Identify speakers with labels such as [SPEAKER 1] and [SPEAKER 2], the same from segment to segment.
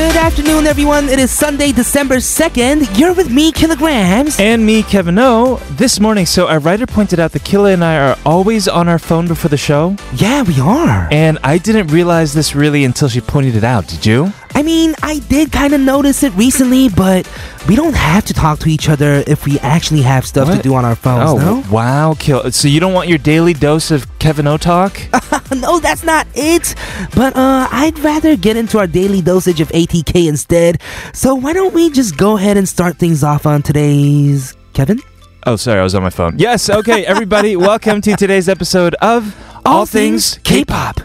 [SPEAKER 1] afternoon, everyone. It is Sunday, December 2nd. You're with me, Kilograms.
[SPEAKER 2] And me, Kevin O. This morning, so our writer pointed out that Killa and I are always on our phone before the show,
[SPEAKER 1] yeah, we are.
[SPEAKER 2] and I didn't realize this really until she pointed it out. Did you?
[SPEAKER 1] I mean, I did kind of notice it recently, but we don't have to talk to each other if we actually have stuff to
[SPEAKER 2] What?
[SPEAKER 1] do on our phones,
[SPEAKER 2] w- Oh, wow, Kill. So you don't want your daily dose of Kevin O talk?
[SPEAKER 1] no? no, that's not it. But uh, I'd rather get into our daily dosage of ATK instead. So why don't we just go ahead and start things off on today's. Kevin?
[SPEAKER 2] oh, sorry, I was on my phone. Yes. Okay, everybody, welcome to today's episode of All, Things K-pop.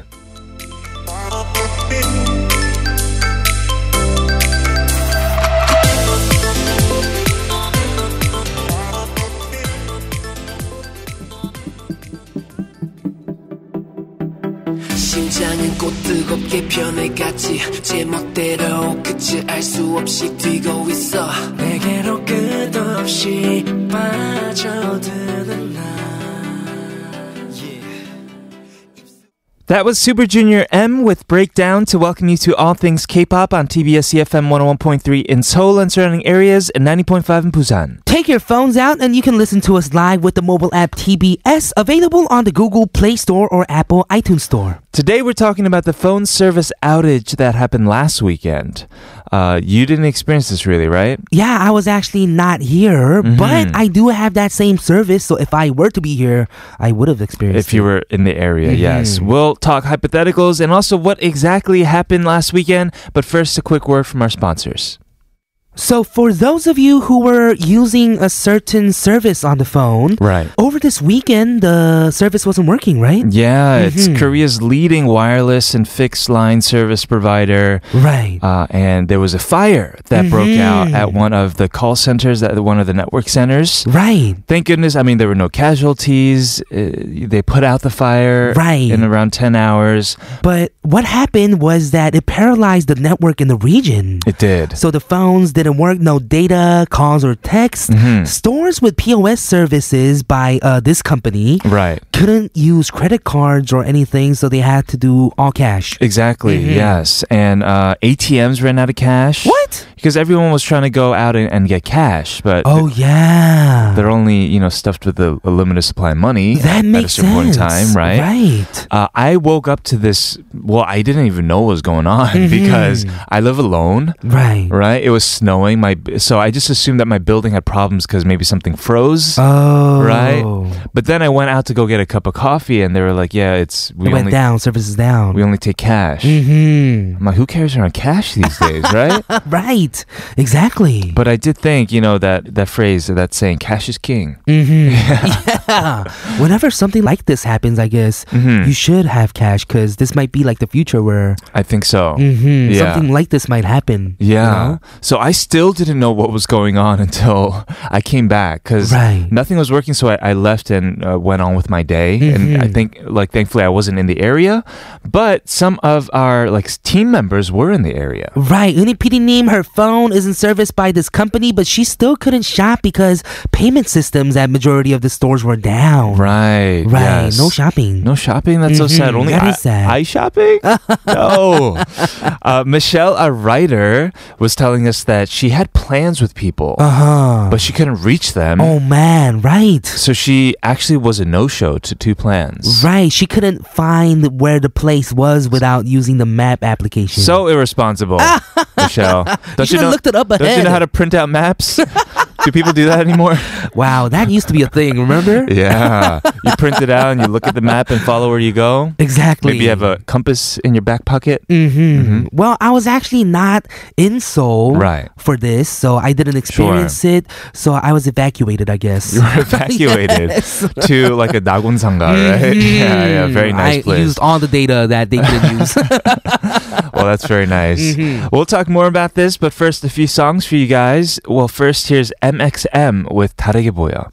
[SPEAKER 3] 심장은 꽃 뜨겁게 변해갔지 제멋대로 끝을 알 수 없이 뛰고 있어 내게로 끝없이 빠져드는 나
[SPEAKER 2] That was Super Junior M with Breakdown to welcome you to All Things K-pop on TBS EFM 101.3 in Seoul and surrounding areas and 90.5 in Busan.
[SPEAKER 1] Take your phones out and you can listen to us live with the mobile app TBS, available on the Google Play Store or Apple iTunes Store.
[SPEAKER 2] Today we're talking about the phone service outage that happened last weekend. Uh, you didn't experience this really, right?
[SPEAKER 1] Yeah, I was actually not here,
[SPEAKER 2] Mm-hmm.
[SPEAKER 1] but I do have that same service. So if I were to be here, I would have experienced.
[SPEAKER 2] If you were in the area, yes. We'll talk hypotheticals and also what exactly happened last weekend. But first, a quick word from our sponsors.
[SPEAKER 1] it. So for those of you who were using a certain service on the phone,
[SPEAKER 2] Right.
[SPEAKER 1] over this weekend the service wasn't working, right?
[SPEAKER 2] Yeah, it's Korea's leading wireless and fixed line service provider.
[SPEAKER 1] Right.
[SPEAKER 2] Uh, and there was a fire that broke out at one of the call centers, at one of the network centers.
[SPEAKER 1] right.
[SPEAKER 2] Thank goodness, I mean, there were no casualties. Uh, they put out the fire
[SPEAKER 1] Right.
[SPEAKER 2] in around 10 hours.
[SPEAKER 1] But what happened was that it paralyzed the network in the region.
[SPEAKER 2] It did.
[SPEAKER 1] So the phones didn't work, no data, calls, or text.
[SPEAKER 2] Mm-hmm.
[SPEAKER 1] Stores with POS services by uh, this company
[SPEAKER 2] Right.
[SPEAKER 1] couldn't use credit cards or anything, so they had to do all cash.
[SPEAKER 2] Exactly, yes. And uh, ATMs ran out of cash.
[SPEAKER 1] Mm-hmm. What?
[SPEAKER 2] Because everyone was trying to go out and, and get cash, but
[SPEAKER 1] Oh, yeah.
[SPEAKER 2] they're only, you know, stuffed with a, a limited supply of money
[SPEAKER 1] That
[SPEAKER 2] at,
[SPEAKER 1] makes
[SPEAKER 2] at a certain point in
[SPEAKER 1] sense.
[SPEAKER 2] time, right?
[SPEAKER 1] Right.
[SPEAKER 2] Uh, I woke up to this. Well, I didn't even know what was going on
[SPEAKER 1] Mm-hmm.
[SPEAKER 2] because I live alone,
[SPEAKER 1] Right.
[SPEAKER 2] right? It was snowing. My so I just assumed that my building had problems because maybe something froze,
[SPEAKER 1] Oh.
[SPEAKER 2] right? But then I went out to go get a cup of coffee, and they were like, "Yeah, it's we
[SPEAKER 1] it went
[SPEAKER 2] only
[SPEAKER 1] down, services down.
[SPEAKER 2] we only take cash."
[SPEAKER 1] mm-hmm.
[SPEAKER 2] I'm like, "Who cares around cash these days, right?"
[SPEAKER 1] Right. Exactly.
[SPEAKER 2] But I did think, you know, that that phrase, that saying, "Cash is king."
[SPEAKER 1] hmm Yeah. Whenever something like this happens, I guess
[SPEAKER 2] Mm-hmm. Hmm.
[SPEAKER 1] you should have cash because this might be like the future where
[SPEAKER 2] I think so.
[SPEAKER 1] mhm,
[SPEAKER 2] Yeah.
[SPEAKER 1] something like this might happen. you
[SPEAKER 2] Yeah.
[SPEAKER 1] know?
[SPEAKER 2] So I still didn't know what was going on until I came back because
[SPEAKER 1] Right.
[SPEAKER 2] nothing was working. So I, I left and uh, went on with my day. And
[SPEAKER 1] Mm-hmm.
[SPEAKER 2] I think, like, thankfully, I wasn't in the area, but some of our like s- team members were in the area.
[SPEAKER 1] Right, Uni PD님, her phone isn't serviced by this company, but she still couldn't shop because payment systems at majority of the stores were down.
[SPEAKER 2] Right.
[SPEAKER 1] Right,
[SPEAKER 2] yes.
[SPEAKER 1] no shopping.
[SPEAKER 2] No shopping. That's so sad.
[SPEAKER 1] Mhm,
[SPEAKER 2] Only
[SPEAKER 1] that
[SPEAKER 2] I,
[SPEAKER 1] is sad.
[SPEAKER 2] I shopping. no. Uh, Michelle, a writer, was telling us that she had plans with people,
[SPEAKER 1] Uh-huh.
[SPEAKER 2] but she couldn't reach them.
[SPEAKER 1] Oh man, right.
[SPEAKER 2] So she actually was a no-show to two plans.
[SPEAKER 1] Right, she couldn't find where the place was without using the map application.
[SPEAKER 2] So irresponsible, Michelle. Don't
[SPEAKER 1] should've looked it up
[SPEAKER 2] Don't you
[SPEAKER 1] ahead.
[SPEAKER 2] know how to print out maps? do people do that anymore?
[SPEAKER 1] wow, that used to be a thing, remember?
[SPEAKER 2] yeah, you print it out and you look at the map and follow where you go.
[SPEAKER 1] Exactly.
[SPEAKER 2] Maybe you have a compass in your back pocket.
[SPEAKER 1] Mm-hmm. Well, I was actually not in Seoul
[SPEAKER 2] Right.
[SPEAKER 1] for this, so I didn't experience it. So I was evacuated, I guess.
[SPEAKER 2] You were evacuated to like a Dagunsanga, right? Yeah, yeah, very nice
[SPEAKER 1] Mm-hmm. I
[SPEAKER 2] place.
[SPEAKER 1] used all the data that they didn't use.
[SPEAKER 2] well, that's very nice.
[SPEAKER 1] Mm-hmm.
[SPEAKER 2] We'll talk more about this, but first, a few songs for you guys. Well, first, here's MXM with 다르게 보여.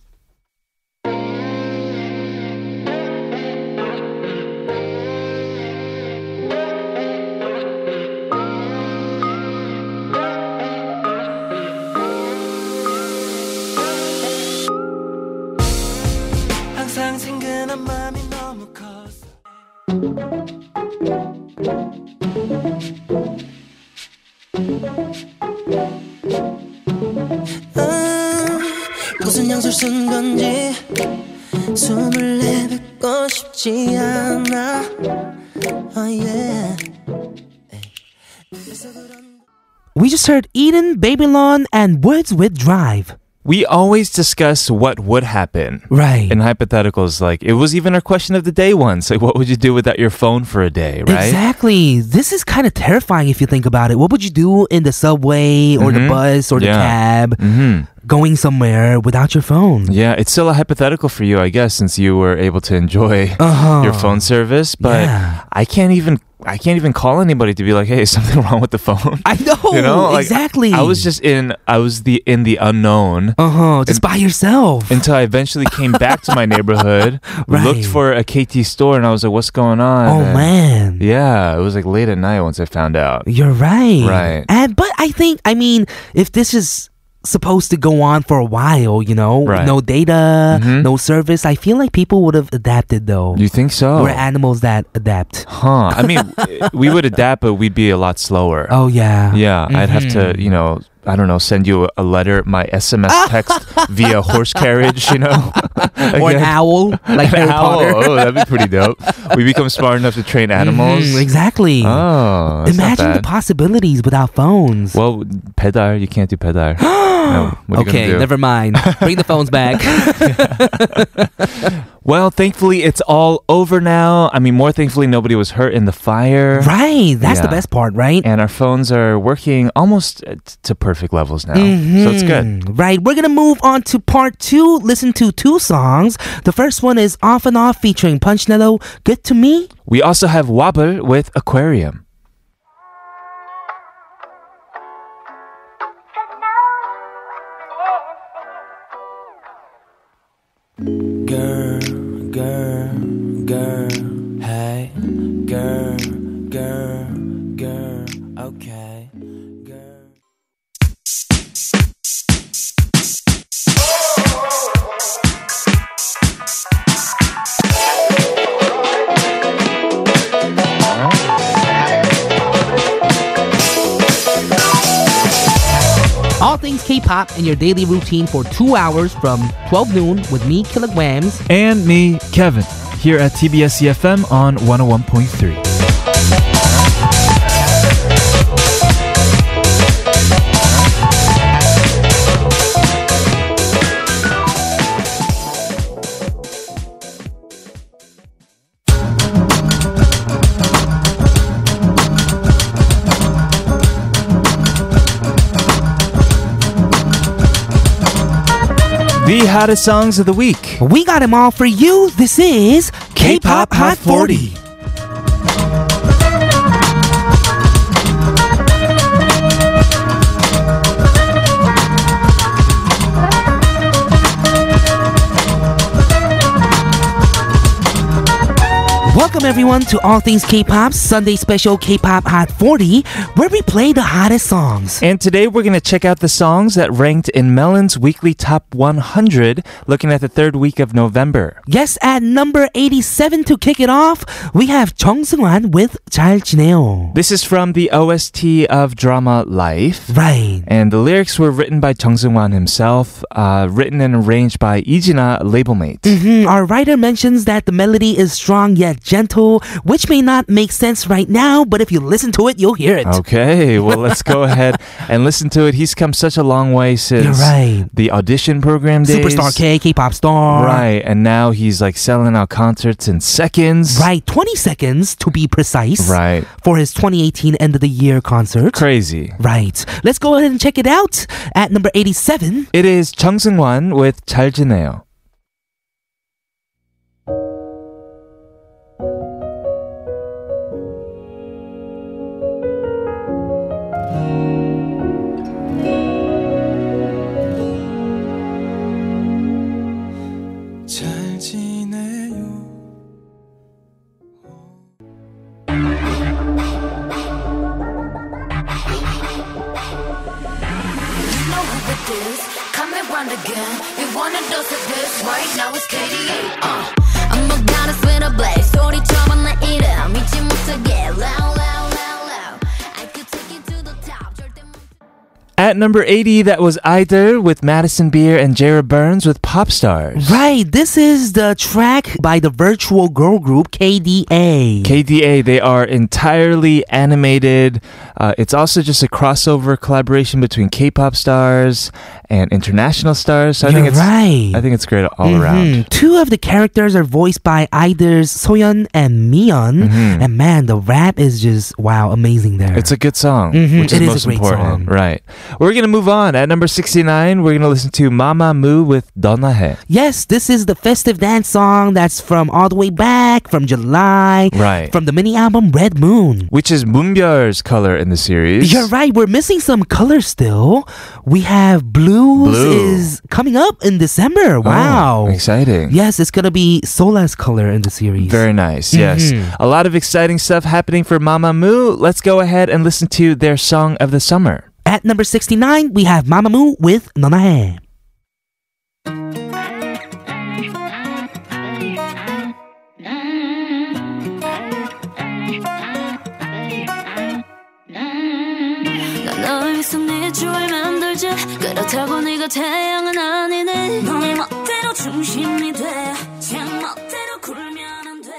[SPEAKER 3] 항상 생근한 맘이 너무 커서
[SPEAKER 4] 음, 무슨 향수 쓴 건지 숨을 내뱉고 싶지 않아 oh yeah
[SPEAKER 1] We just heard Eden, Babylon, and Words with Drive.
[SPEAKER 2] We always discuss what would happen.
[SPEAKER 1] Right.
[SPEAKER 2] And hypotheticals, like it was even our question of the day once. Like, what would you do without your phone for a day, right?
[SPEAKER 1] Exactly. This is kind of terrifying if you think about it. What would you do in the subway or the bus or the
[SPEAKER 2] Mm-hmm. Yeah.
[SPEAKER 1] cab going somewhere without your phone?
[SPEAKER 2] Mm-hmm. Yeah, it's still a hypothetical for you, I guess, since you were able to enjoy your phone service. But
[SPEAKER 1] Uh-huh. Yeah.
[SPEAKER 2] I can't even I can't even call anybody to be like, hey, is something wrong with the phone?
[SPEAKER 1] I know.
[SPEAKER 2] you know, like,
[SPEAKER 1] exactly.
[SPEAKER 2] I, was just in I was the in the unknown.
[SPEAKER 1] uh huh, just by yourself.
[SPEAKER 2] Until I eventually came back to my neighborhood,
[SPEAKER 1] Right.
[SPEAKER 2] looked for a KT store, and I was like, "What's going on?"
[SPEAKER 1] oh
[SPEAKER 2] And-
[SPEAKER 1] man.
[SPEAKER 2] Yeah, it was like late at night once I found out.
[SPEAKER 1] You're right.
[SPEAKER 2] Right.
[SPEAKER 1] And but I think I mean if this is supposed to go on for a while, you know,
[SPEAKER 2] Right.
[SPEAKER 1] no data,
[SPEAKER 2] Mhm.
[SPEAKER 1] no service, I feel like people would have adapted though.
[SPEAKER 2] You Oh. think so?
[SPEAKER 1] We're animals that adapt.
[SPEAKER 2] huh? I mean, we would adapt, but we'd be a lot slower.
[SPEAKER 1] Oh yeah. Mm-hmm.
[SPEAKER 2] Yeah, I'd have to, you know, I don't know, send you a, a letter, my SMS text via horse carriage, you know,
[SPEAKER 1] Or an owl, like Harry Potter.
[SPEAKER 2] Oh, that'd be pretty dope. We become smart enough to train animals.
[SPEAKER 1] Mhm, exactly.
[SPEAKER 2] Oh, that's not
[SPEAKER 1] Imagine the
[SPEAKER 2] bad.
[SPEAKER 1] possibilities without phones.
[SPEAKER 2] Well, pedar, you can't do pedar. no, what are you gonna
[SPEAKER 1] okay,
[SPEAKER 2] do?
[SPEAKER 1] never mind. Bring the phones back.
[SPEAKER 2] Well, thankfully, it's all over now. I mean, more thankfully, nobody was hurt in the fire.
[SPEAKER 1] right. That's the
[SPEAKER 2] Yeah.
[SPEAKER 1] best part, right?
[SPEAKER 2] And our phones are working almost uh, t- to perfect levels now. So it's good.
[SPEAKER 1] Mhm. Right. We're going to move on to part two. Listen to two songs. The first one is Off and Off featuring Punch Nello, Good to Me.
[SPEAKER 2] We also have Wobble with Aquarium.
[SPEAKER 3] Girl, girl, girl, hey, girl, girl, girl, okay, girl.
[SPEAKER 1] All things K pop in your daily routine for two hours from 12 noon with me, Kilograms.
[SPEAKER 2] and me, Kevin, here at TBS EFM E on 101.3. The hottest songs of the week.
[SPEAKER 1] We got them all for you. This is K
[SPEAKER 2] K-pop
[SPEAKER 1] pop Hot
[SPEAKER 2] Hot
[SPEAKER 1] 40.
[SPEAKER 2] 40.
[SPEAKER 1] Welcome everyone to All Things K-Pop's Sunday Special K-Pop Hot 40, where we play the hottest songs.
[SPEAKER 2] And today we're going to check out the songs that ranked in Melon's weekly top 100, looking at the third week of November.
[SPEAKER 1] Yes, at number 87 to kick it off, we have Chung Seung-wan with 잘 지내요.
[SPEAKER 2] This is from the OST of drama Life.
[SPEAKER 1] Right.
[SPEAKER 2] And the lyrics were written by Chung Seung-wan himself, uh, written and arranged by Ijina, labelmate.
[SPEAKER 1] Hmm, Our writer mentions that the melody is strong yet gentle, which may not make sense right now, but if you listen to it, you'll hear it.
[SPEAKER 2] Okay, well, let's go ahead and listen to it. He's come such a long way since
[SPEAKER 1] You're right.
[SPEAKER 2] the audition program days.
[SPEAKER 1] Superstar K, K-pop star.
[SPEAKER 2] Right, and now he's like selling out concerts in seconds.
[SPEAKER 1] Right, 20 seconds to be precise.
[SPEAKER 2] Right.
[SPEAKER 1] For his 2018 end of the year concert.
[SPEAKER 2] Crazy.
[SPEAKER 1] Right. Let's go ahead and check it out at number 87.
[SPEAKER 2] It is Chung Seung-wan with 잘 지내요.
[SPEAKER 3] 잘 지내요
[SPEAKER 5] know who it is. Coming round again. You wanna dose of this right now? It's KDA. Uh. I'm a goddess with a blaze. Sorry, trouble, not eat it. I'm eating once again. Loud, loud, loud, loud. I could take you to the top. 절대 못-
[SPEAKER 2] At number 80, that was Either with Madison Beer and Jared Burns with Pop Stars.
[SPEAKER 1] Right, this is the track by the virtual girl group KDA.
[SPEAKER 2] KDA, they are entirely animated. Uh, it's also just a crossover collaboration between K-pop stars and international stars. So I think
[SPEAKER 1] You're
[SPEAKER 2] it's
[SPEAKER 1] right.
[SPEAKER 2] I think it's great all
[SPEAKER 1] Mhm.
[SPEAKER 2] around.
[SPEAKER 1] Two of the characters are voiced by either Soyeon and Mion, and man, the rap is just wow, amazing there.
[SPEAKER 2] Mm-hmm. It's a good song,
[SPEAKER 1] Mhm,
[SPEAKER 2] which
[SPEAKER 1] it
[SPEAKER 2] is
[SPEAKER 1] is a
[SPEAKER 2] most
[SPEAKER 1] great
[SPEAKER 2] important.
[SPEAKER 1] song.
[SPEAKER 2] Right. We're going to move on. At number 69, we're going to listen to Mama Mu with Donahe.
[SPEAKER 1] yes, this is the festive dance song that's from all the way back from July,
[SPEAKER 2] Right.
[SPEAKER 1] from the mini album Red Moon.
[SPEAKER 2] Which is Moonbyul's color in the series.
[SPEAKER 1] You're right. We're missing some colors still. We have blues
[SPEAKER 2] Blue.
[SPEAKER 1] is coming up in December.
[SPEAKER 2] Oh,
[SPEAKER 1] Wow.
[SPEAKER 2] exciting.
[SPEAKER 1] Yes, it's gonna be Sola's color in the series.
[SPEAKER 2] Very nice. Yes.
[SPEAKER 1] Mm-hmm.
[SPEAKER 2] A lot of exciting stuff happening for Mama Moo. Let's go ahead and listen to their song of the summer.
[SPEAKER 1] At number 69, we have Mamamoo with Nanae.
[SPEAKER 5] 난 너의 미소 네 추월 만들지 그렇다고 네가 태양은 아니네 너의 멋대로 중심이 돼제 멋대로 굴면 안돼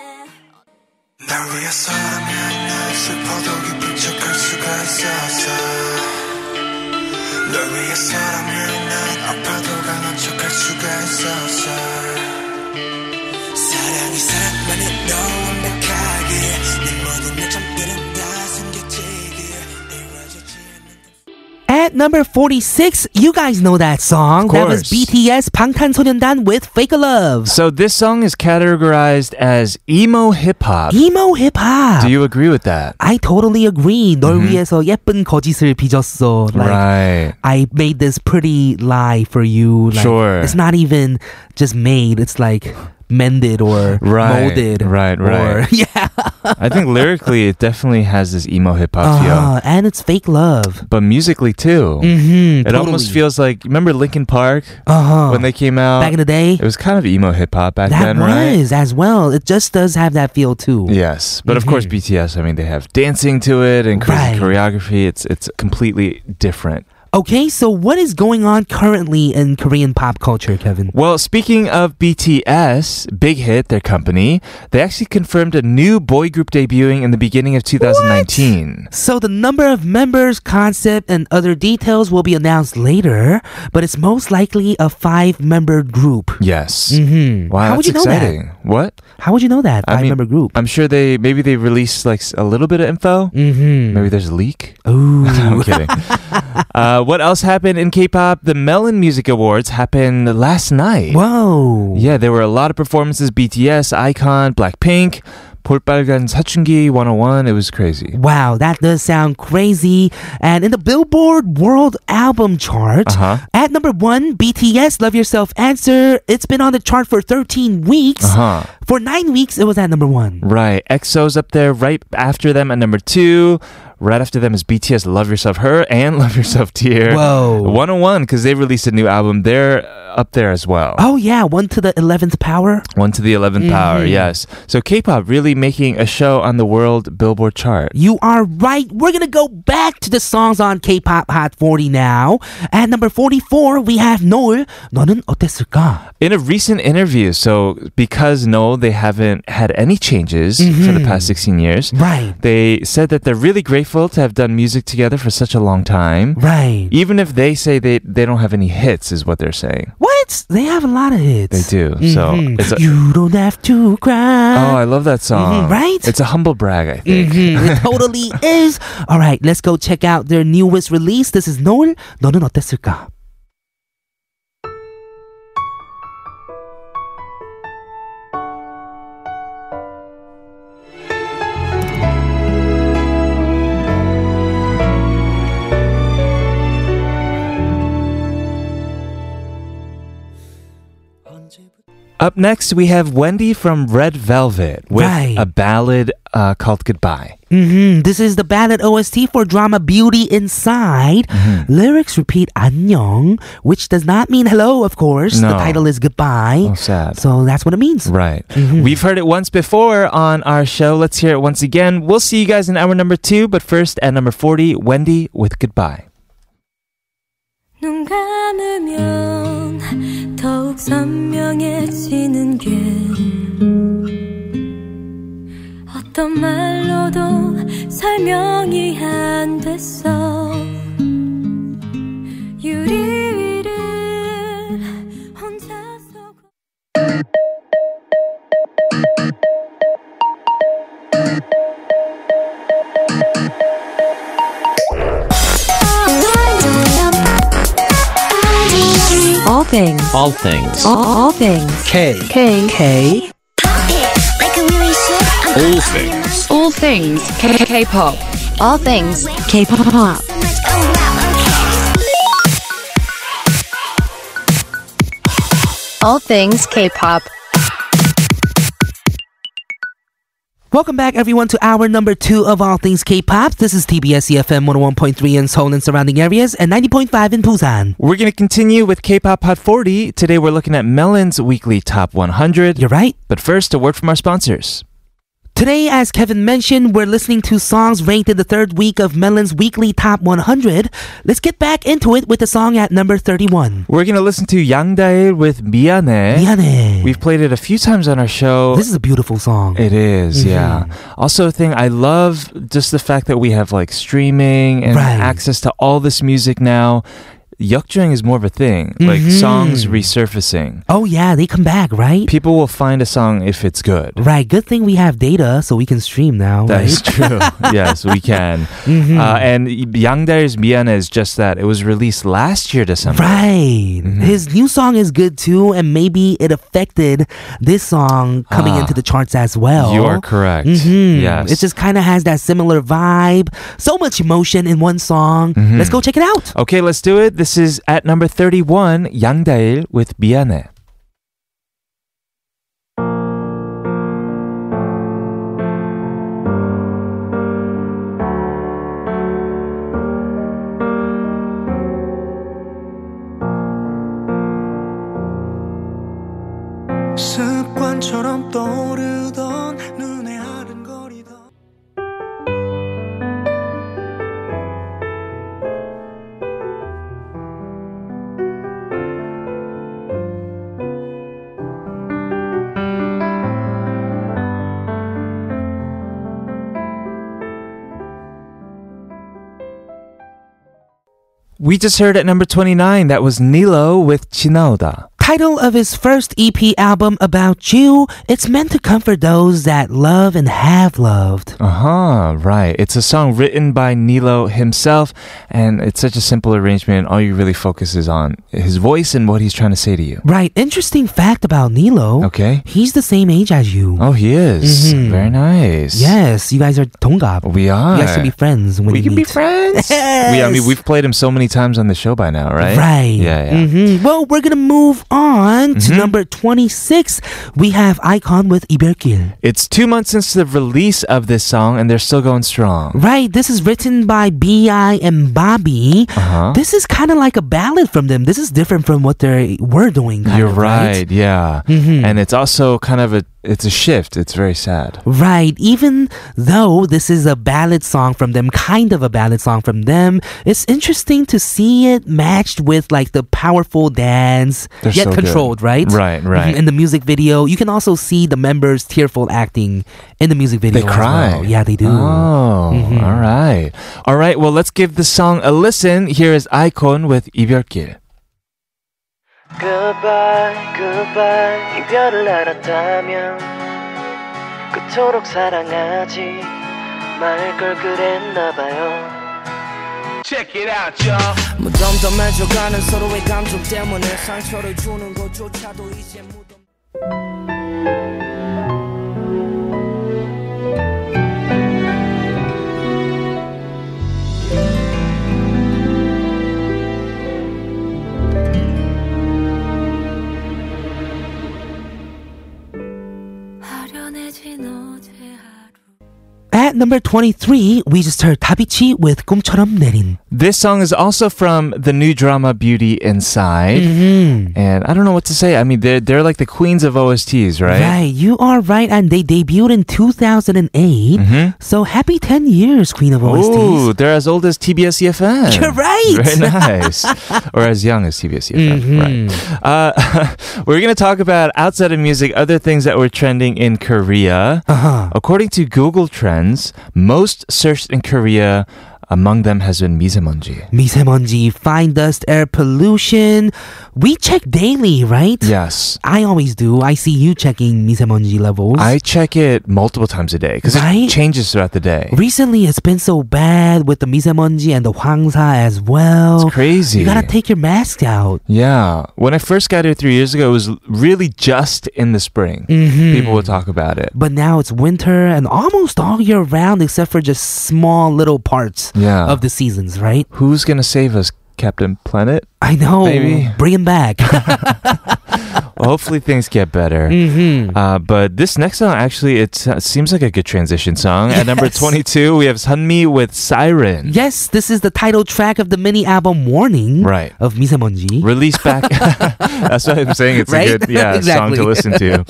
[SPEAKER 6] 날 위해서라면 난 슬퍼도 기쁜 척할 수가 있어서 널 위해서라면 난 아파도 강한 척할 수가 있어서 사랑이 사랑만은 너 완벽하게 내 모든 내 잠들은 다 숨겨지게 이루어지지 않는
[SPEAKER 1] At number 46, you guys know that song.
[SPEAKER 2] Of
[SPEAKER 1] That was
[SPEAKER 2] course.
[SPEAKER 1] BTS 방탄소년단 with Fake a Love.
[SPEAKER 2] So this song is categorized as emo hip hop.
[SPEAKER 1] Emo hip hop.
[SPEAKER 2] Do you agree with that?
[SPEAKER 1] I totally agree. 널 위해서 예쁜 거짓을 빚었어. Like,
[SPEAKER 2] right.
[SPEAKER 1] I made this pretty lie for you. Like,
[SPEAKER 2] Sure.
[SPEAKER 1] It's not even just made, it's like mended or
[SPEAKER 2] Right,
[SPEAKER 1] molded.
[SPEAKER 2] right,
[SPEAKER 1] or-
[SPEAKER 2] right.
[SPEAKER 1] yeah.
[SPEAKER 2] I think lyrically it definitely has this emo hip hop feel.
[SPEAKER 1] Uh, and it's fake love.
[SPEAKER 2] But musically too.
[SPEAKER 1] Mm-hmm,
[SPEAKER 2] It almost
[SPEAKER 1] totally.
[SPEAKER 2] feels like remember Linkin Park
[SPEAKER 1] Uh-huh.
[SPEAKER 2] when they came out?
[SPEAKER 1] Back in the day?
[SPEAKER 2] it was kind of emo hip hop back
[SPEAKER 1] That
[SPEAKER 2] then, right?
[SPEAKER 1] was as well. It just does have that feel too.
[SPEAKER 2] Yes, but of course BTS. I mean, they have dancing to it and crazy
[SPEAKER 1] Mm-hmm. Right.
[SPEAKER 2] choreography. It's it's completely different.
[SPEAKER 1] Okay, so what is going on currently in Korean pop culture, Kevin?
[SPEAKER 2] Well, speaking of BTS, Big Hit, their company, they actually confirmed a new boy group debuting in the beginning of 2019.
[SPEAKER 1] So the number of members, concept, and other details will be announced later, but it's most likely a five-member group.
[SPEAKER 2] Yes.
[SPEAKER 1] Mhm.
[SPEAKER 2] Wow,
[SPEAKER 1] How would
[SPEAKER 2] that's
[SPEAKER 1] you know that?
[SPEAKER 2] exciting. What?
[SPEAKER 1] How would you know that
[SPEAKER 2] I mean,
[SPEAKER 1] five-member group?
[SPEAKER 2] I'm sure they maybe they released like s- a little bit of info.
[SPEAKER 1] mm-hmm.
[SPEAKER 2] Maybe there's a leak.
[SPEAKER 1] Ooh.
[SPEAKER 2] I'm kidding. uh, what else happened in K-pop? The Melon Music Awards happened last night.
[SPEAKER 1] Whoa.
[SPEAKER 2] Yeah, there were a lot of performances. BTS, Icon, Blackpink, 볼빨간 사춘기 101. It was crazy.
[SPEAKER 1] Wow, that does sound crazy. And in the Billboard World Album Chart,
[SPEAKER 2] Uh-huh.
[SPEAKER 1] at number one, BTS Love Yourself Answer. It's been on the chart for 13 weeks.
[SPEAKER 2] Uh-huh.
[SPEAKER 1] For nine weeks, it was at number one.
[SPEAKER 2] Right. EXO's up there right after them at number two. Right after them is BTS Love Yourself Her and Love Yourself Tear.
[SPEAKER 1] Whoa.
[SPEAKER 2] 101 because they released a new album. They're uh, up there as well.
[SPEAKER 1] Oh, yeah, one to the 11th power.
[SPEAKER 2] One to the 11th power,
[SPEAKER 1] Mm-hmm.
[SPEAKER 2] yes. So K pop really making a show on the world Billboard chart.
[SPEAKER 1] You are right. We're going to go back to the songs on K pop Hot 40 now. At number 44, we have Noel. 너는 어땠을까?
[SPEAKER 2] In a recent interview, so because no, they haven't had any changes for
[SPEAKER 1] Mm-hmm.
[SPEAKER 2] the past 16 years,
[SPEAKER 1] Right.
[SPEAKER 2] they said that they're really grateful to have done music together for such a long time.
[SPEAKER 1] Right.
[SPEAKER 2] Even if they say they, they don't have any hits, is what they're saying.
[SPEAKER 1] What? They have a lot of
[SPEAKER 2] They
[SPEAKER 1] hits. Hmm.
[SPEAKER 2] do. So it's a,
[SPEAKER 1] Mm-hmm. you don't have to cry.
[SPEAKER 2] oh, I love that
[SPEAKER 1] Mhm,
[SPEAKER 2] song.
[SPEAKER 1] right?
[SPEAKER 2] It's a humble brag, I think.
[SPEAKER 1] Mhm, it totally is. All right, let's go check out their newest release. This is Noel. 너는 어땠을까?
[SPEAKER 2] Up next, we have Wendy from Red Velvet with
[SPEAKER 1] Right.
[SPEAKER 2] a ballad uh, called "Goodbye."
[SPEAKER 1] hmm This is the ballad OST for drama Beauty Inside.
[SPEAKER 2] Mm-hmm.
[SPEAKER 1] Lyrics repeat 안녕, which does not mean hello, of course. The
[SPEAKER 2] No.
[SPEAKER 1] title is goodbye.
[SPEAKER 2] Oh, sad.
[SPEAKER 1] So Mm-hmm. that's what it means.
[SPEAKER 2] Right. We've heard it once before on our show. Let's hear it once again. We'll see you guys in hour number two, but first at number 40, Wendy with Goodbye.
[SPEAKER 5] 눈 감으면 더욱 선명해지는 게 어떤 말로도 설명이 안 됐어 유리 위를 혼자서 걷-
[SPEAKER 7] All things.
[SPEAKER 8] All things.
[SPEAKER 7] All, all things.
[SPEAKER 1] K.
[SPEAKER 7] K.
[SPEAKER 1] K.
[SPEAKER 8] All things.
[SPEAKER 7] All things. K. K-pop. All things. K-pop. All things K-pop.
[SPEAKER 1] Welcome back, everyone, to hour number two of All Things K-Pop. This is TBS EFM 101.3 in Seoul and surrounding areas and 90.5 in Busan.
[SPEAKER 2] We're going to continue with K-pop Hot 40. Today we're looking at Melon's weekly top 100.
[SPEAKER 1] You're right.
[SPEAKER 2] But first, a word from our sponsors.
[SPEAKER 1] Today, as Kevin mentioned, we're listening to songs ranked in the third week of Melon's weekly top 100. Let's get back into it with the song at number 31.
[SPEAKER 2] We're going to listen to Yang Dae with Miane.
[SPEAKER 1] 미안해.
[SPEAKER 2] We've played it a few times on our show.
[SPEAKER 1] This is Mhm. a beautiful song.
[SPEAKER 2] It is, yeah. Also, a thing I love just the fact that we have like streaming and
[SPEAKER 1] Right.
[SPEAKER 2] access to all this music now. Yukjung is more of a thing, like
[SPEAKER 1] Mm-hmm.
[SPEAKER 2] songs resurfacing.
[SPEAKER 1] Oh yeah, they come back, right?
[SPEAKER 2] People will find a song if it's good.
[SPEAKER 1] Right. Good thing we have data, so we can stream now.
[SPEAKER 2] That
[SPEAKER 1] right? Mm-hmm.
[SPEAKER 2] is true. yes, we can. Uh, and Yang Dae's Miana is just that. It was released last year to some.
[SPEAKER 1] Right.
[SPEAKER 2] Mm-hmm.
[SPEAKER 1] His new song is good too, and maybe it affected this song coming
[SPEAKER 2] Ah.
[SPEAKER 1] into the charts as well.
[SPEAKER 2] You are correct.
[SPEAKER 1] Mhm.
[SPEAKER 2] Yes.
[SPEAKER 1] It just kind of has that similar vibe. So much emotion in one song.
[SPEAKER 2] Mm-hmm.
[SPEAKER 1] Let's go check it out.
[SPEAKER 2] Okay, let's do it. This is at number 31, Yang Dae with Miane.
[SPEAKER 6] 습관처럼 떠오르던 눈에 아른거리던
[SPEAKER 2] We just heard at number 29, that was Nilo with Chinaoda.
[SPEAKER 1] Title of his first EP album, About You, it's meant to comfort those that love and have loved.
[SPEAKER 2] Uh huh, right. It's a song written by Nilo himself, and it's such a simple arrangement. All you really focus is on his voice and what he's trying to say to you.
[SPEAKER 1] Right. Interesting fact about Nilo.
[SPEAKER 2] Okay.
[SPEAKER 1] He's the same age as you.
[SPEAKER 2] Oh, he is.
[SPEAKER 1] Mhm.
[SPEAKER 2] Very nice.
[SPEAKER 1] Yes, you guys are 동갑.
[SPEAKER 2] We are.
[SPEAKER 1] You guys should be friends when
[SPEAKER 2] we
[SPEAKER 1] you
[SPEAKER 2] can be
[SPEAKER 1] meet.
[SPEAKER 2] friends. We, I mean,
[SPEAKER 1] Yes.
[SPEAKER 2] we've played him so many times on the show by now, right? Yeah, yeah. Mm-hmm.
[SPEAKER 1] hmm Well, we're gonna move on to number twenty-six. We have Icon with Iberkil.
[SPEAKER 2] It's two months since the release of this song, and they're still going strong.
[SPEAKER 1] Right. This is written by Bi and Bobby.
[SPEAKER 2] Uh-huh.
[SPEAKER 1] This is kind of like a ballad from them. This is different from what they were doing. kind
[SPEAKER 2] You're
[SPEAKER 1] of,
[SPEAKER 2] right. Yeah.
[SPEAKER 1] Mhm.
[SPEAKER 2] And it's also kind of a it's a shift. It's very sad.
[SPEAKER 1] Right, even though this is a ballad song from them, kind of a ballad song from them, it's interesting to see it matched with like the powerful dance,
[SPEAKER 2] They're
[SPEAKER 1] yet
[SPEAKER 2] so good.
[SPEAKER 1] controlled, right?
[SPEAKER 2] Right, right.
[SPEAKER 1] Mhm, In the music video, you can also see the members' tearful acting in the music video.
[SPEAKER 2] They
[SPEAKER 1] as
[SPEAKER 2] cry.
[SPEAKER 1] well. Yeah, they do. Mm-hmm.
[SPEAKER 2] Oh, all right. All right. Well, let's give the song a listen. Here is Icon with 이별길.
[SPEAKER 4] Goodbye, goodbye. 이별을 알았다면 그토록 사랑하지 말 걸 그랬나봐요. 무덤덤해져가는 뭐 서로의 감정 때문에 상처를 주는 것조차도 이제 무덤.
[SPEAKER 5] 아련해진 어제 하루
[SPEAKER 1] At number 23, we just heard Tabichi with 꿈처럼 내린.
[SPEAKER 2] This song is also from the new drama Beauty Inside.
[SPEAKER 1] Mm-hmm.
[SPEAKER 2] And I don't know what to say. I mean, they're, they're like the queens of OSTs, right?
[SPEAKER 1] Right, you are right, and they debuted in 2008. So happy 10 years, Queen of
[SPEAKER 2] Mm-hmm. Ooh,
[SPEAKER 1] OSTs.
[SPEAKER 2] they're as old as TBS EFN.
[SPEAKER 1] You're right.
[SPEAKER 2] E Very nice. or as young as TBS EFN. E
[SPEAKER 1] Mm-hmm.
[SPEAKER 2] Right. Uh, we're going to talk about outside of music, other things that were trending in Korea.
[SPEAKER 1] Uh-huh.
[SPEAKER 2] According to Google Trends, most searched in Korea among them has been 미세먼지.
[SPEAKER 1] 미세먼지, fine dust, air pollution. We check daily, right?
[SPEAKER 2] Yes.
[SPEAKER 1] I always do. I see you checking 미세먼지 levels.
[SPEAKER 2] I check it multiple times a day because
[SPEAKER 1] Right?
[SPEAKER 2] it changes throughout the day.
[SPEAKER 1] Recently, it's been so bad with the 미세먼지 and the 황사 as well.
[SPEAKER 2] It's crazy.
[SPEAKER 1] You gotta take your mask out.
[SPEAKER 2] Yeah. When I first got here three years ago, it was really just in the spring.
[SPEAKER 1] Mm-hmm.
[SPEAKER 2] People would talk about it.
[SPEAKER 1] But now it's winter and almost all year round, except for just small little parts
[SPEAKER 2] Yeah.
[SPEAKER 1] of the seasons, right?
[SPEAKER 2] Who's going to save us, Captain Planet?
[SPEAKER 1] I know.
[SPEAKER 2] Maybe.
[SPEAKER 1] Bring him back.
[SPEAKER 2] Well, hopefully things get better. Mm-hmm. Uh, but this next song, actually, it uh, seems like a good transition song. At number
[SPEAKER 1] Yes.
[SPEAKER 2] 22, we have Sunmi with Siren.
[SPEAKER 1] yes, this is the title track of the mini album Warning
[SPEAKER 2] Right.
[SPEAKER 1] of Misemonji.
[SPEAKER 2] Released back. That's what I'm saying. It's
[SPEAKER 1] Right?
[SPEAKER 2] a good yeah song
[SPEAKER 1] Exactly.
[SPEAKER 2] to listen to.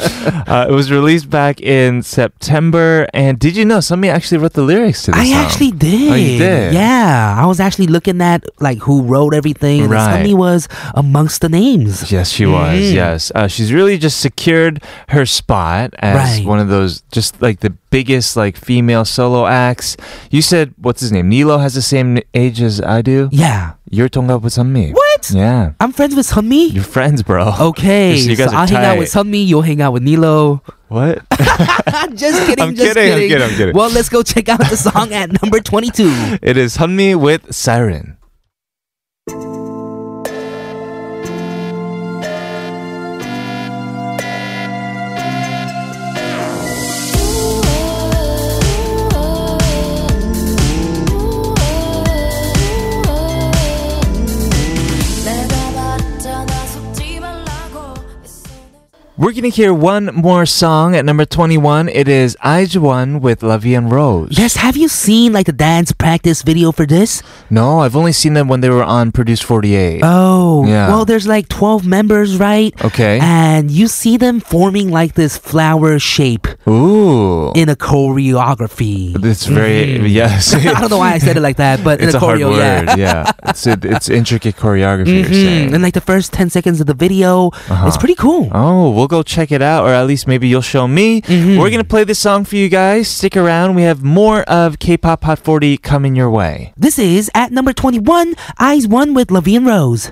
[SPEAKER 2] Uh, it was released back in September. And did you know somebody actually wrote the lyrics to this
[SPEAKER 1] I
[SPEAKER 2] song?
[SPEAKER 1] actually did.
[SPEAKER 2] Oh, you did?
[SPEAKER 1] Yeah, I was actually looking at like who wrote everything.
[SPEAKER 2] Right.
[SPEAKER 1] And Sunny was amongst the names.
[SPEAKER 2] Yes, she was.
[SPEAKER 1] Mm-hmm.
[SPEAKER 2] Yes, uh, she's really just secured her spot as
[SPEAKER 1] Right.
[SPEAKER 2] one of those, just like the biggest like female solo acts. You said what's his name? Nilo has the same age as I do.
[SPEAKER 1] Yeah.
[SPEAKER 2] You're up with Sunmi.
[SPEAKER 1] What?
[SPEAKER 2] Yeah,
[SPEAKER 1] I'm friends with Sunmi.
[SPEAKER 2] you're friends, bro.
[SPEAKER 1] Okay,
[SPEAKER 2] So you guys
[SPEAKER 1] so
[SPEAKER 2] are
[SPEAKER 1] I'll hang out
[SPEAKER 2] tight.
[SPEAKER 1] with Sunmi. You'll hang out with Nilo.
[SPEAKER 2] What?
[SPEAKER 1] I'm just kidding.
[SPEAKER 2] I'm
[SPEAKER 1] just
[SPEAKER 2] kidding, I'm kidding, I'm kidding.
[SPEAKER 1] Well, let's go check out the song at number 22.
[SPEAKER 2] it is Sunmi with Siren. We're gonna hear one more song at number 21. It is Aijuan with Lavi and Rose.
[SPEAKER 1] Yes, have you seen like the dance practice video for this?
[SPEAKER 2] No, I've only seen them when they were on Produce 48.
[SPEAKER 1] Oh,
[SPEAKER 2] Yeah.
[SPEAKER 1] well, there's like 12 members, right?
[SPEAKER 2] Okay.
[SPEAKER 1] And you see them forming like this flower shape
[SPEAKER 2] Ooh.
[SPEAKER 1] in a choreography.
[SPEAKER 2] It's very yes.
[SPEAKER 1] I don't know why I said it like that, but in
[SPEAKER 2] it's
[SPEAKER 1] a
[SPEAKER 2] a hard
[SPEAKER 1] choreo, yeah.
[SPEAKER 2] word. Yeah, it's a, it's intricate choreography. You're
[SPEAKER 1] Mm,
[SPEAKER 2] saying.
[SPEAKER 1] and like the first 10 seconds of the video,
[SPEAKER 2] Uh-huh.
[SPEAKER 1] it's pretty cool.
[SPEAKER 2] Oh, we'll go check it out, or at least maybe you'll show me.
[SPEAKER 1] Mm-hmm.
[SPEAKER 2] We're gonna play this song for you guys. Stick around. We have more of K-pop Hot 40 coming your way.
[SPEAKER 1] This is at number 21, Eyes One with Lavine Rose.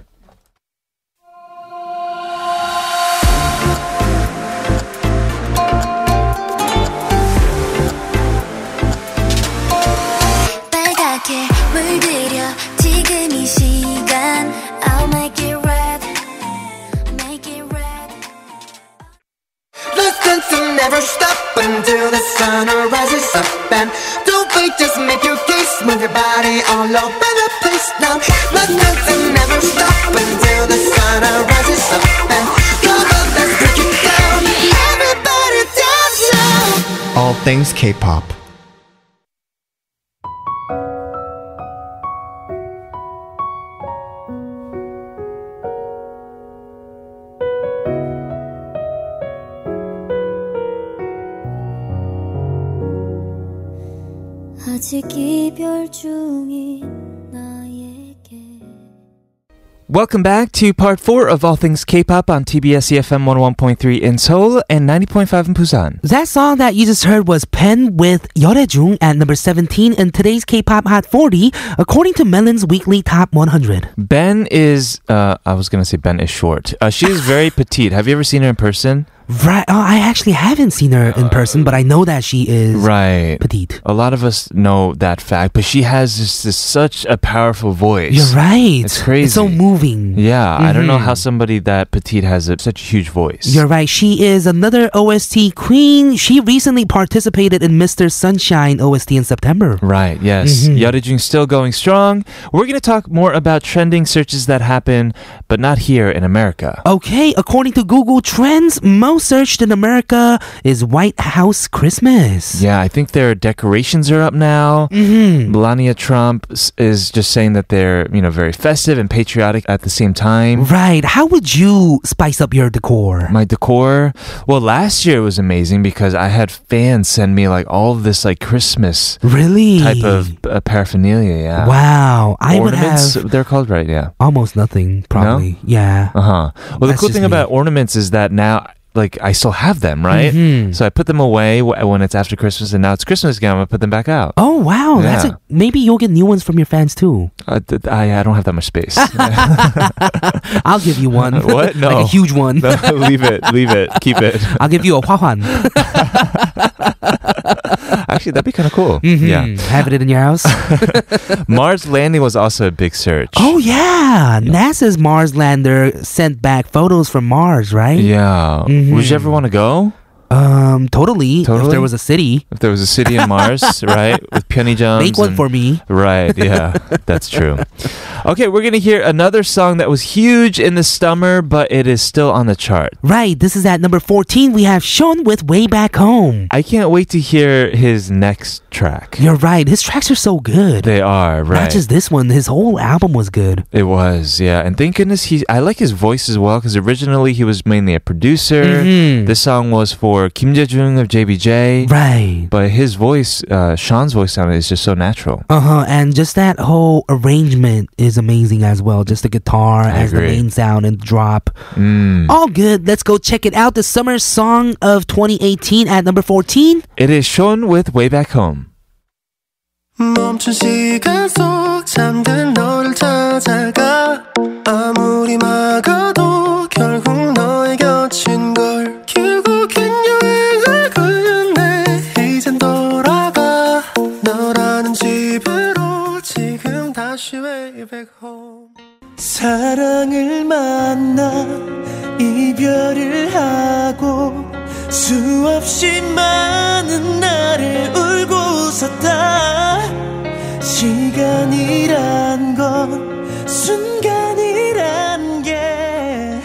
[SPEAKER 5] 빨갛게 물들여 지금 이 시간 I'll make it red Make it red
[SPEAKER 6] The dancing never stop until the sun rises up and don't wait, just make your case, move your body all over the place now. The dancing never stop until the sun rises up and come on, let's break it down. Everybody dance now.
[SPEAKER 9] All things K-pop.
[SPEAKER 5] 아직 이별 중인 나에게
[SPEAKER 2] Welcome back to part four of All Things K-pop on TBS EFM 101.3 in Seoul and 90.5 in Busan.
[SPEAKER 1] That song that you just heard was Pen with Yorejung at number 17 in today's K-pop Hot 40, according to Melon's weekly top 100.
[SPEAKER 2] Ben is, uh, I was gonna say Ben is short. Uh, she is very petite. Have you ever seen her in person?
[SPEAKER 1] Right. Oh, I actually haven't seen her in person, but I know that she is
[SPEAKER 2] Right.
[SPEAKER 1] petite.
[SPEAKER 2] A lot of us know that fact, but she has this, this such a powerful voice.
[SPEAKER 1] You're right.
[SPEAKER 2] It's crazy.
[SPEAKER 1] It's so moving.
[SPEAKER 2] Yeah, I don't know how somebody that petite has a, such a huge voice.
[SPEAKER 1] Mm-hmm. You're right. She is another OST queen. She recently participated in Mr. Sunshine OST in September.
[SPEAKER 2] right. Yes,
[SPEAKER 1] Mm-hmm.
[SPEAKER 2] mm still going strong. We're gonna talk more about trending searches that happen, but not here in America.
[SPEAKER 1] Okay, according to Google Trends, most so searched in America is White House Christmas.
[SPEAKER 2] Yeah, I think their decorations are up now.
[SPEAKER 1] Mm-hmm.
[SPEAKER 2] Melania Trump s- is just saying that they're, you know, very festive and patriotic at the same time.
[SPEAKER 1] Right. How would you spice up your decor?
[SPEAKER 2] My decor, well, last year was amazing because I had fans send me like all this like Christmas
[SPEAKER 1] Really?
[SPEAKER 2] type of uh, paraphernalia. Yeah.
[SPEAKER 1] Wow. I would
[SPEAKER 2] Ornaments,
[SPEAKER 1] have
[SPEAKER 2] they're called right. Yeah.
[SPEAKER 1] almost nothing, probably. Yeah.
[SPEAKER 2] Uh huh. Well, the
[SPEAKER 1] That's
[SPEAKER 2] cool
[SPEAKER 1] just
[SPEAKER 2] thing
[SPEAKER 1] me.
[SPEAKER 2] about ornaments is that now, like, I still have them, right?
[SPEAKER 1] Mm-hmm.
[SPEAKER 2] So I put them away w- when it's after Christmas, and now it's Christmas again. I'm gonna put them back out.
[SPEAKER 1] Oh wow, that's
[SPEAKER 2] Yeah.
[SPEAKER 1] a, maybe you'll get new ones from your fans too.
[SPEAKER 2] Uh, th- I, I don't have that much space.
[SPEAKER 1] I'll give you one.
[SPEAKER 2] What? No.
[SPEAKER 1] like a huge one.
[SPEAKER 2] No, leave it. Leave it. Keep it.
[SPEAKER 1] I'll give you a Huahuan.
[SPEAKER 2] Actually, that'd be kind of cool.
[SPEAKER 1] Hmm, Have it in your house.
[SPEAKER 2] Yeah. Mars landing was also a big search.
[SPEAKER 1] oh yeah, NASA's Mars lander sent back photos from Mars, right?
[SPEAKER 2] Yeah.
[SPEAKER 1] Mm-hmm.
[SPEAKER 2] Would you ever want to go?
[SPEAKER 1] Um, totally. If
[SPEAKER 2] Totally?
[SPEAKER 1] there was a city,
[SPEAKER 2] If there was a city in Mars, right? With Pyeongchang.
[SPEAKER 1] make one for me.
[SPEAKER 2] Right, yeah, that's true. Okay, we're going to hear another song that was huge in the summer, but it is still on the chart.
[SPEAKER 1] Right. This is at number fourteen. We have Sean with "Way Back Home."
[SPEAKER 2] I can't wait to hear his next track.
[SPEAKER 1] You're right. His tracks are so good.
[SPEAKER 2] They are, right.
[SPEAKER 1] Not just this one. His whole album was good.
[SPEAKER 2] It was, yeah. And thank goodness he. I like his voice as well because originally he was mainly a producer. This song was for Kim Jae Jung of JBJ.
[SPEAKER 1] Mm-hmm. Right.
[SPEAKER 2] But his voice, uh, Sean's voice sound is just so natural.
[SPEAKER 1] Uh huh. And just that whole arrangement is amazing as well. Just the guitar
[SPEAKER 2] I
[SPEAKER 1] as
[SPEAKER 2] agree.
[SPEAKER 1] the main sound and drop.
[SPEAKER 2] Mm.
[SPEAKER 1] All good. Let's go check it out. The summer song of 2018 at number 14.
[SPEAKER 2] It is Sean with Way Back Home.
[SPEAKER 6] 멈춘 시간 속 잠든 너를 찾아가 아무리 막아도 결국 너의 곁인 걸 결국엔 여행을 걸렸네 이젠 돌아가 너라는 집으로 지금 다시 way back home 사랑을 만나 이별을 하고 수없이 많은 나를 울고 웃었다 시간이란 건 순간이란 게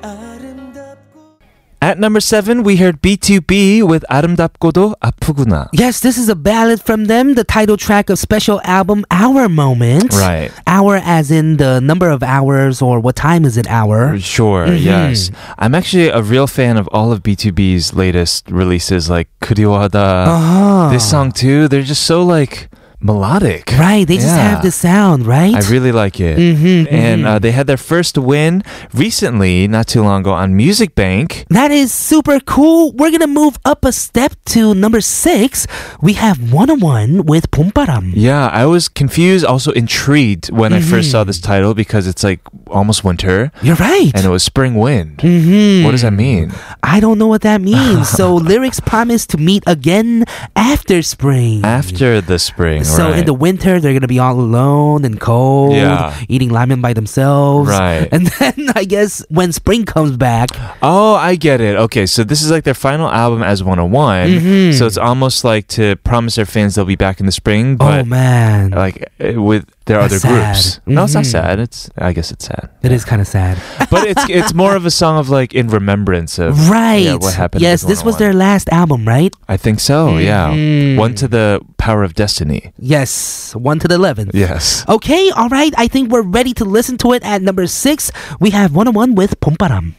[SPEAKER 6] 아름답고
[SPEAKER 2] At number seven, we heard B2B with 아름답고도 아프구나.
[SPEAKER 1] Yes, this is a ballad from them, the title track of special album Our Moment.
[SPEAKER 2] Right.
[SPEAKER 1] Hour as in the number of hours or what time is it hour?
[SPEAKER 2] Sure,
[SPEAKER 1] Mm-hmm.
[SPEAKER 2] yes. I'm actually a real fan of all of B2B's latest releases, like 그리워하다,
[SPEAKER 1] Uh-huh.
[SPEAKER 2] this song too. They're just so like melodic.
[SPEAKER 1] Right. They just
[SPEAKER 2] Yeah.
[SPEAKER 1] have Mm-hmm, the sound, right?
[SPEAKER 2] I really like it. And uh, they had their first win recently, not too long ago, on Music Bank.
[SPEAKER 1] That is super cool. We're gonna move up a step to number six. We have 101 with Pumparam.
[SPEAKER 2] Yeah, I was confused, also intrigued when I first
[SPEAKER 1] Mm-hmm.
[SPEAKER 2] saw this title because it's like almost winter
[SPEAKER 1] You're right.
[SPEAKER 2] and it was spring wind.
[SPEAKER 1] Mhm.
[SPEAKER 2] What does that mean?
[SPEAKER 1] I don't know what that means. so lyrics promise to meet again after spring.
[SPEAKER 2] After the spring,
[SPEAKER 1] so
[SPEAKER 2] right?
[SPEAKER 1] in the winter they're gonna be all alone and cold,
[SPEAKER 2] Yeah.
[SPEAKER 1] eating ramen by themselves.
[SPEAKER 2] Right.
[SPEAKER 1] And then I guess when spring comes back,
[SPEAKER 2] Oh, I get it. Okay, so this is like their final album as 101. So it's almost like to promise their fans they'll be back in the spring,
[SPEAKER 1] Mm-hmm. oh
[SPEAKER 2] but
[SPEAKER 1] man,
[SPEAKER 2] like uh, with their
[SPEAKER 1] That's
[SPEAKER 2] other
[SPEAKER 1] sad.
[SPEAKER 2] groups. No, it's not
[SPEAKER 1] Mhm.
[SPEAKER 2] sad. It's I guess it's sad.
[SPEAKER 1] it is kind of sad.
[SPEAKER 2] But it's it's more of a song of like in remembrance of
[SPEAKER 1] right.
[SPEAKER 2] yeah, what happened.
[SPEAKER 1] Yes,
[SPEAKER 2] with
[SPEAKER 1] this was
[SPEAKER 2] 101.
[SPEAKER 1] their last album, right?
[SPEAKER 2] I think so.
[SPEAKER 1] Mhm.
[SPEAKER 2] Yeah, one to the power of destiny.
[SPEAKER 1] Yes, one to the eleventh.
[SPEAKER 2] Yes.
[SPEAKER 1] Okay, all right. I think we're ready to listen to it. At number six, we have 101 with Pomparam.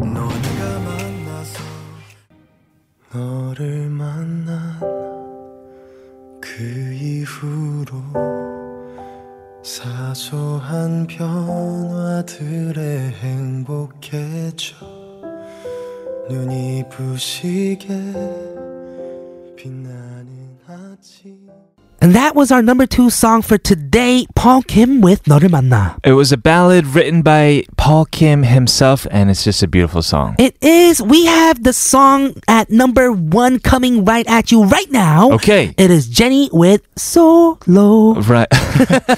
[SPEAKER 6] 너네가 만나서 너를 만난 그 이후로 사소한 변화들에 행복해져 눈이 부시게 빛나는 아침
[SPEAKER 1] And that was our number two song for today, Paul Kim with 너를 만나.
[SPEAKER 2] It was a ballad written by Paul Kim himself, and it's just a beautiful song.
[SPEAKER 1] It is. We have the song at number one coming right at you right now.
[SPEAKER 2] Okay.
[SPEAKER 1] It is Jenny with Solo.
[SPEAKER 2] Right.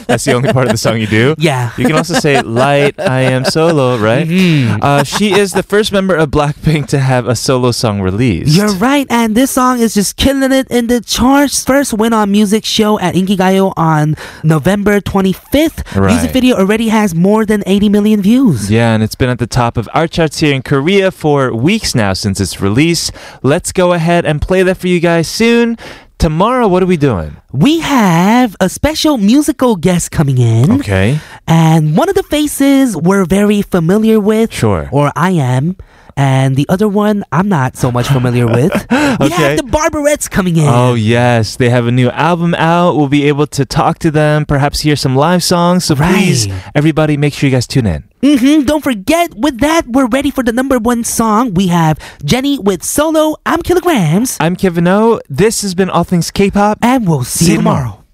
[SPEAKER 2] That's the only part of the song you do.
[SPEAKER 1] Yeah.
[SPEAKER 2] You can also say "Light, I Am Solo," right?
[SPEAKER 1] Mm-hmm.
[SPEAKER 2] Uh, she is the first member of Blackpink to have a solo song released.
[SPEAKER 1] You're right, and this song is just killing it in the charts. First win on music show at Inkigayo on November 25th.
[SPEAKER 2] Right.
[SPEAKER 1] Music video already has more than 80 million views.
[SPEAKER 2] Yeah, and it's been at the top of our charts here in Korea for weeks now since its release. Let's go ahead and play that for you guys soon. Tomorrow, what are we doing?
[SPEAKER 1] We have a special musical guest coming in,
[SPEAKER 2] Okay.
[SPEAKER 1] and one of the faces we're very familiar with.
[SPEAKER 2] Sure.
[SPEAKER 1] Or I am. And the other one, I'm not so much familiar with. We
[SPEAKER 2] Okay.
[SPEAKER 1] have the Barbarettes coming in.
[SPEAKER 2] Oh, yes. They have a new album out. We'll be able to talk to them, perhaps hear some live songs. So
[SPEAKER 1] Right.
[SPEAKER 2] please, everybody, make sure you guys tune in.
[SPEAKER 1] hmm Don't forget, with that, we're ready for the number one song. We have Jenny with Solo, I'm Kilograms,
[SPEAKER 2] I'm Kevin O. This has been All Things K pop.
[SPEAKER 1] and we'll see,
[SPEAKER 2] See
[SPEAKER 1] you
[SPEAKER 2] you tomorrow.
[SPEAKER 1] tomorrow.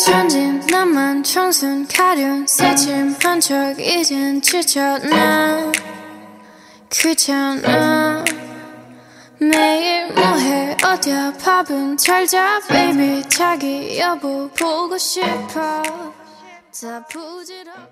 [SPEAKER 5] 천진 나만 청순 가련 새침 한척 이젠 지쳤나 귀찮아 매일 뭐해 어디야 밥은 잘자 baby 자기 여보 보고 싶어 다 부질없어